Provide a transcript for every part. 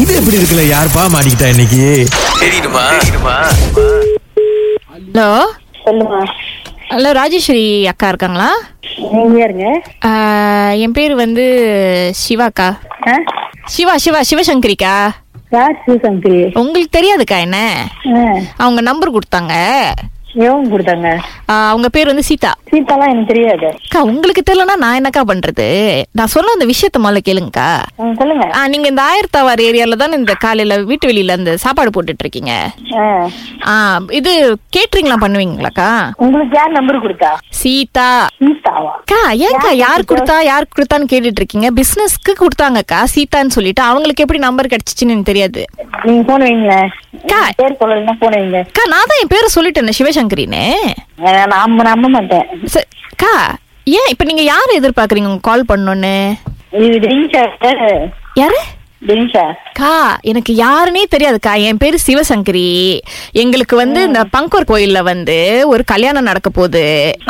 இது எப்படி இருக்குல்ல யாருப்பா மாட்டிக்கிட்டா இன்னைக்கு ஹலோ சொல்லுமா ஹலோ ராஜேஸ்வரி அக்கா இருக்காங்களா நீங்க யாருங்க ஆ, என் பேர் வந்து சிவாக்கா ஆ? சிவா சிவா சிவசங்கரிக்கா யார் சிவசங்கரி உங்களுக்கு தெரியாதுக்கா என்ன ஆ, அவங்க நம்பர் கொடுத்தாங்க எவன் கொடுத்தாங்க ஆ, அவங்க பேர் வந்து சீதா சீதாலாம் எனக்கு தெரியாது அக்கா உங்களுக்கு தெரியலனா நான் என்னக்கா பண்றது நான் சொன்ன அந்த விஷயத்த முதல்ல கேளுங்கக்கா ஆ, சொல்லுங்க ஆ, நீங்க இந்த ஆயிரத்தாவார் ஏரியால தானே இந்த காலையில வீட்டு வெளியில அந்த சாப்பாடு போட்டுட்டு இருக்கீங்க ஆ, ஆ, இது கேட்ரிங்லாம் பண்ணுவீங்களாக்கா உங்களுக்கு யார் நம்பர் கொடுத்தா சீதா சீதாவா அக்கா ஏன்க்கா யார் யார் கொடுத்தா? கொடுத்தா யார் கொடுத்தான்னு கேட்டுட்டு இருக்கீங்க பிசினஸ்க்கு கொடுத்தாங்கக்கா சீதான்னு சொல்லிட்டு அவங்களுக்கு எப்படி நம்பர் கிடைச்சிச்சுன்னு எனக்கு தெரியாது நீங்க போன் வைங்களேன் அக்கா. பேர் சொல்லலாம் போன் வைங்க அக்கா நான் தான் என் பேரை சொல்லிட்டேன் சிவசங்கரின்னு ஆ, நான் நம்ப- நம்ப மாட்டேன் ச- அக்கா ஏன் இப்ப நீங்க யாரை எதிர்பார்க்கறீங்க உங்க கால் பண்ணோன்னு இது தினேஷா யாரு தினேஷா அக்கா எனக்கு யாருன்னே தெரியாதுக்கா என் பேரு சிவசங்கரி எங்களுக்கு வந்து இந்த பங்கூர் கோயில்ல வந்து ஒரு கல்யாணம் நடக்க போகுது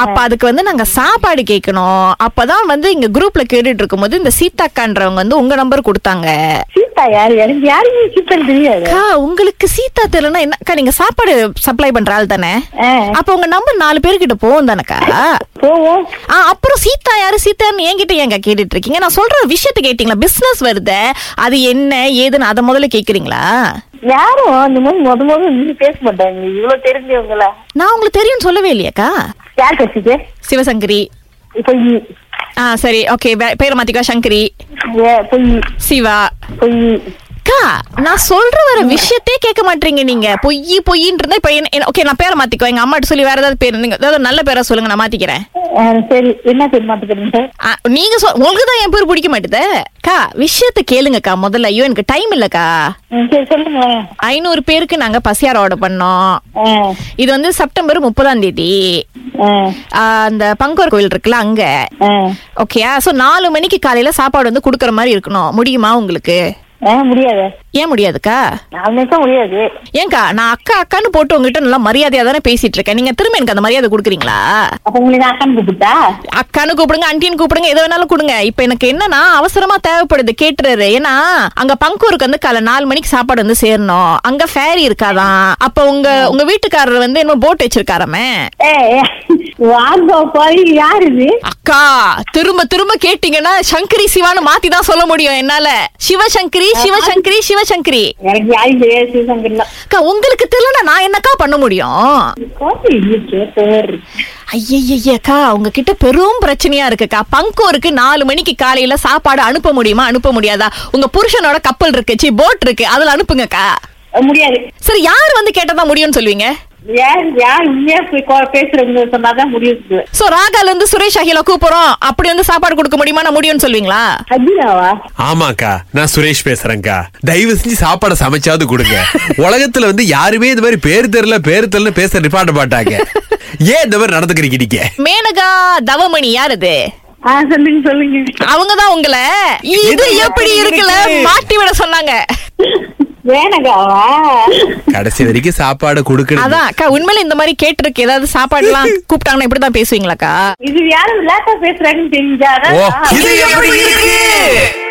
அப்ப அதுக்கு வந்து நாங்க சாப்பாடு கேட்கணும் அப்பதான் வந்து இங்க குரூப்ல கேட்டுட்டு இருக்கும்போது இந்த சீதாக்கான்றவங்க வந்து உங்க நம்பர் கொடுத்தாங்க சீதா யாரு எனக்கு யாருமே சீதா தெரியாது அக்கா உங்களுக்கு சீதா தெரியலனா என்ன அக்கா நீங்க சாப்பாடு சப்ளை பண்ற ஆள் தானே ஆ, அப்ப உங்க நம்பர் நாலு பேர்கிட்ட போகும் தானக்கா போவோம் ஆ அப்புறம் சீதா யாரு சீதான்னு என்கிட்ட ஏங்க கேட்டுட்டு இருக்கீங்க நான் சொல்ற விஷயத்த கேட்டீங்களா பிசினஸ் வருது அது என்ன ஏதுன்னு அதை முதல்ல கேக்குறீங்களா யாரும் அந்த மாதிரி முத முத நீங்க பேச மாட்டாங்க இவ்வளவு தெரிஞ்சவங்களா நான் உங்களுக்கு தெரியும்னு சொல்லவே இல்லையாக்கா யார் கட்சிக்கு சிவசங்கரி பொய் ஆ சரி ஓகே பேரை மாத்திக்கா சங்கரி ஏ, பொய் சிவா பொய் அக்கா நான் சொல்ற வர விஷயத்தே கேட்க மாட்டீங்க நீங்க பொய் பொய்ன்றதா இப்ப என்ன ஓகே நான் பேரை மாத்திக்கோ எங்க அம்மாட்ட சொல்லி வேற ஏதாவது பேர் நீங்க ஏதாவது நல்ல பேரை சொல்லுங்க நான் மாத்திக்கிறேன் ஆ, சரி என்ன பேர் மாத்துக்கிறீங்க ஆ, நீங்க சொல் உங்களுக்கு தான் என் பேர் பிடிக்க மாட்டுதே அக்கா விஷயத்த கேளுங்கக்கா முதல்ல ஐயோ எனக்கு டைம் இல்லக்கா ம், சரி சொல்லுங்களேன் ஐநூறு பேருக்கு நாங்க பசியார் ஆர்டர் பண்ணோம் ஆ, இது வந்து செப்டம்பர் முப்பதாம் தேதி ஆ, ஆ, அந்த பங்கோர் கோயில் இருக்குல்ல அங்க ஆ. ஓகேயா சோ நாலு மணிக்கு காலையில சாப்பாடு வந்து குடுக்கற மாதிரி இருக்கணும் முடியுமா உங்களுக்கு ஆ, முடியாது ஏன் முடியாதுக்கா நாலு நிமிஷம் முடியாது ஏன்க்கா நான் அக்கா அக்கான்னு போட்டு உங்ககிட்ட நல்லா மரியாதையா தானே பேசிட்டு இருக்கேன் நீங்க திரும்ப எனக்கு அந்த மரியாதை கொடுக்குறீங்களா அப்ப உங்களுக்கு அக்கான்னு கூப்பிட்டா அக்கான்னு கூப்பிடுங்க அண்டின்னு கூப்பிடுங்க எது வேணாலும் கொடுங்க இப்போ எனக்கு என்னன்னா அவசரமா தேவைப்படுது கேட்டுறாரு ஏன்னா அங்க பங்கூருக்கு வந்து காலை நாலு மணிக்கு சாப்பாடு வந்து சேரணும் அங்க ஃபேரி இருக்காதான் அப்ப உங்க உங்க வீட்டுக்காரர் வந்து என்ன போட் வச்சிருக்காராமே ஏ வாங்க போய் யார் இது அக்கா திரும்ப திரும்ப கேட்டீங்கன்னா சங்கரி சிவான்னு மாத்தி தான் சொல்ல முடியும் என்னால சிவசங்கரி சிவசங்கரி சிவசங்கரி எனக்கு யாரும் தெரியாது சிவசங்கர்லாம் அக்கா உங்களுக்கு தெரியலனா நான் என்னக்கா பண்ண முடியும் கோபி இருக்கு பேர் ஐயய்யக்கா உங்ககிட்ட பெரும் பிரச்சனையா இருக்குக்கா பங்கோருக்கு நாலு மணிக்கு காலையில சாப்பாடு அனுப்ப முடியுமா அனுப்ப முடியாதா உங்க புருஷனோட கப்பல் இருக்கு சி போட் இருக்கு அதுல அனுப்புங்கக்கா ஆ, முடியாது சரி யார் வந்து கேட்டதா முடியும்னு சொல்லுவீங்க யார் யார் உண்மையா போய் கோ- பேசுறவங்க சொன்னாதான் முடியுது சோ ராகால இருந்து சுரேஷ் அகில கூப்பிடுறோம் அப்படி வந்து சாப்பாடு கொடுக்க முடியுமா நான் முடியும்னு சொல்லுவீங்களா அஜினாவா ஆமாக்கா நான் சுரேஷ் பேசுறேன்க்கா தயவு செஞ்சு சாப்பாடை சமைச்சாவது கொடுங்க உலகத்துல வந்து யாருமே இந்த மாதிரி பேர் தெரியல பேர் தெரியல பேச நிப்பாட்ட மாட்டாங்க ஏன் இந்த மாதிரி நடந்துக்கிறீங்க நீங்க மேனகா தவமணி யார் அது ஆ சொல்லுங்க சொல்லுங்க அவங்கதான் உங்கள இது இது எப்படி இருக்குல்ல இருக்கு? மாட்டி விட சொன்னாங்க வேணகாவா கடைசி வரைக்கும் சாப்பாடு கொடுக்கணும் அதான் அக்கா உண்மையில இந்த மாதிரி கேட்டிருக்கு ஏதாவது சாப்பாடு எல்லாம் கூப்பிட்டாங்கன்னா இப்படிதான் பேசுவீங்களாக்கா இது யாரும் விளையாட்டா பேசுறாங்கன்னு தெரிஞ்சா ஓ அதான் இது எப்படி இருக்கு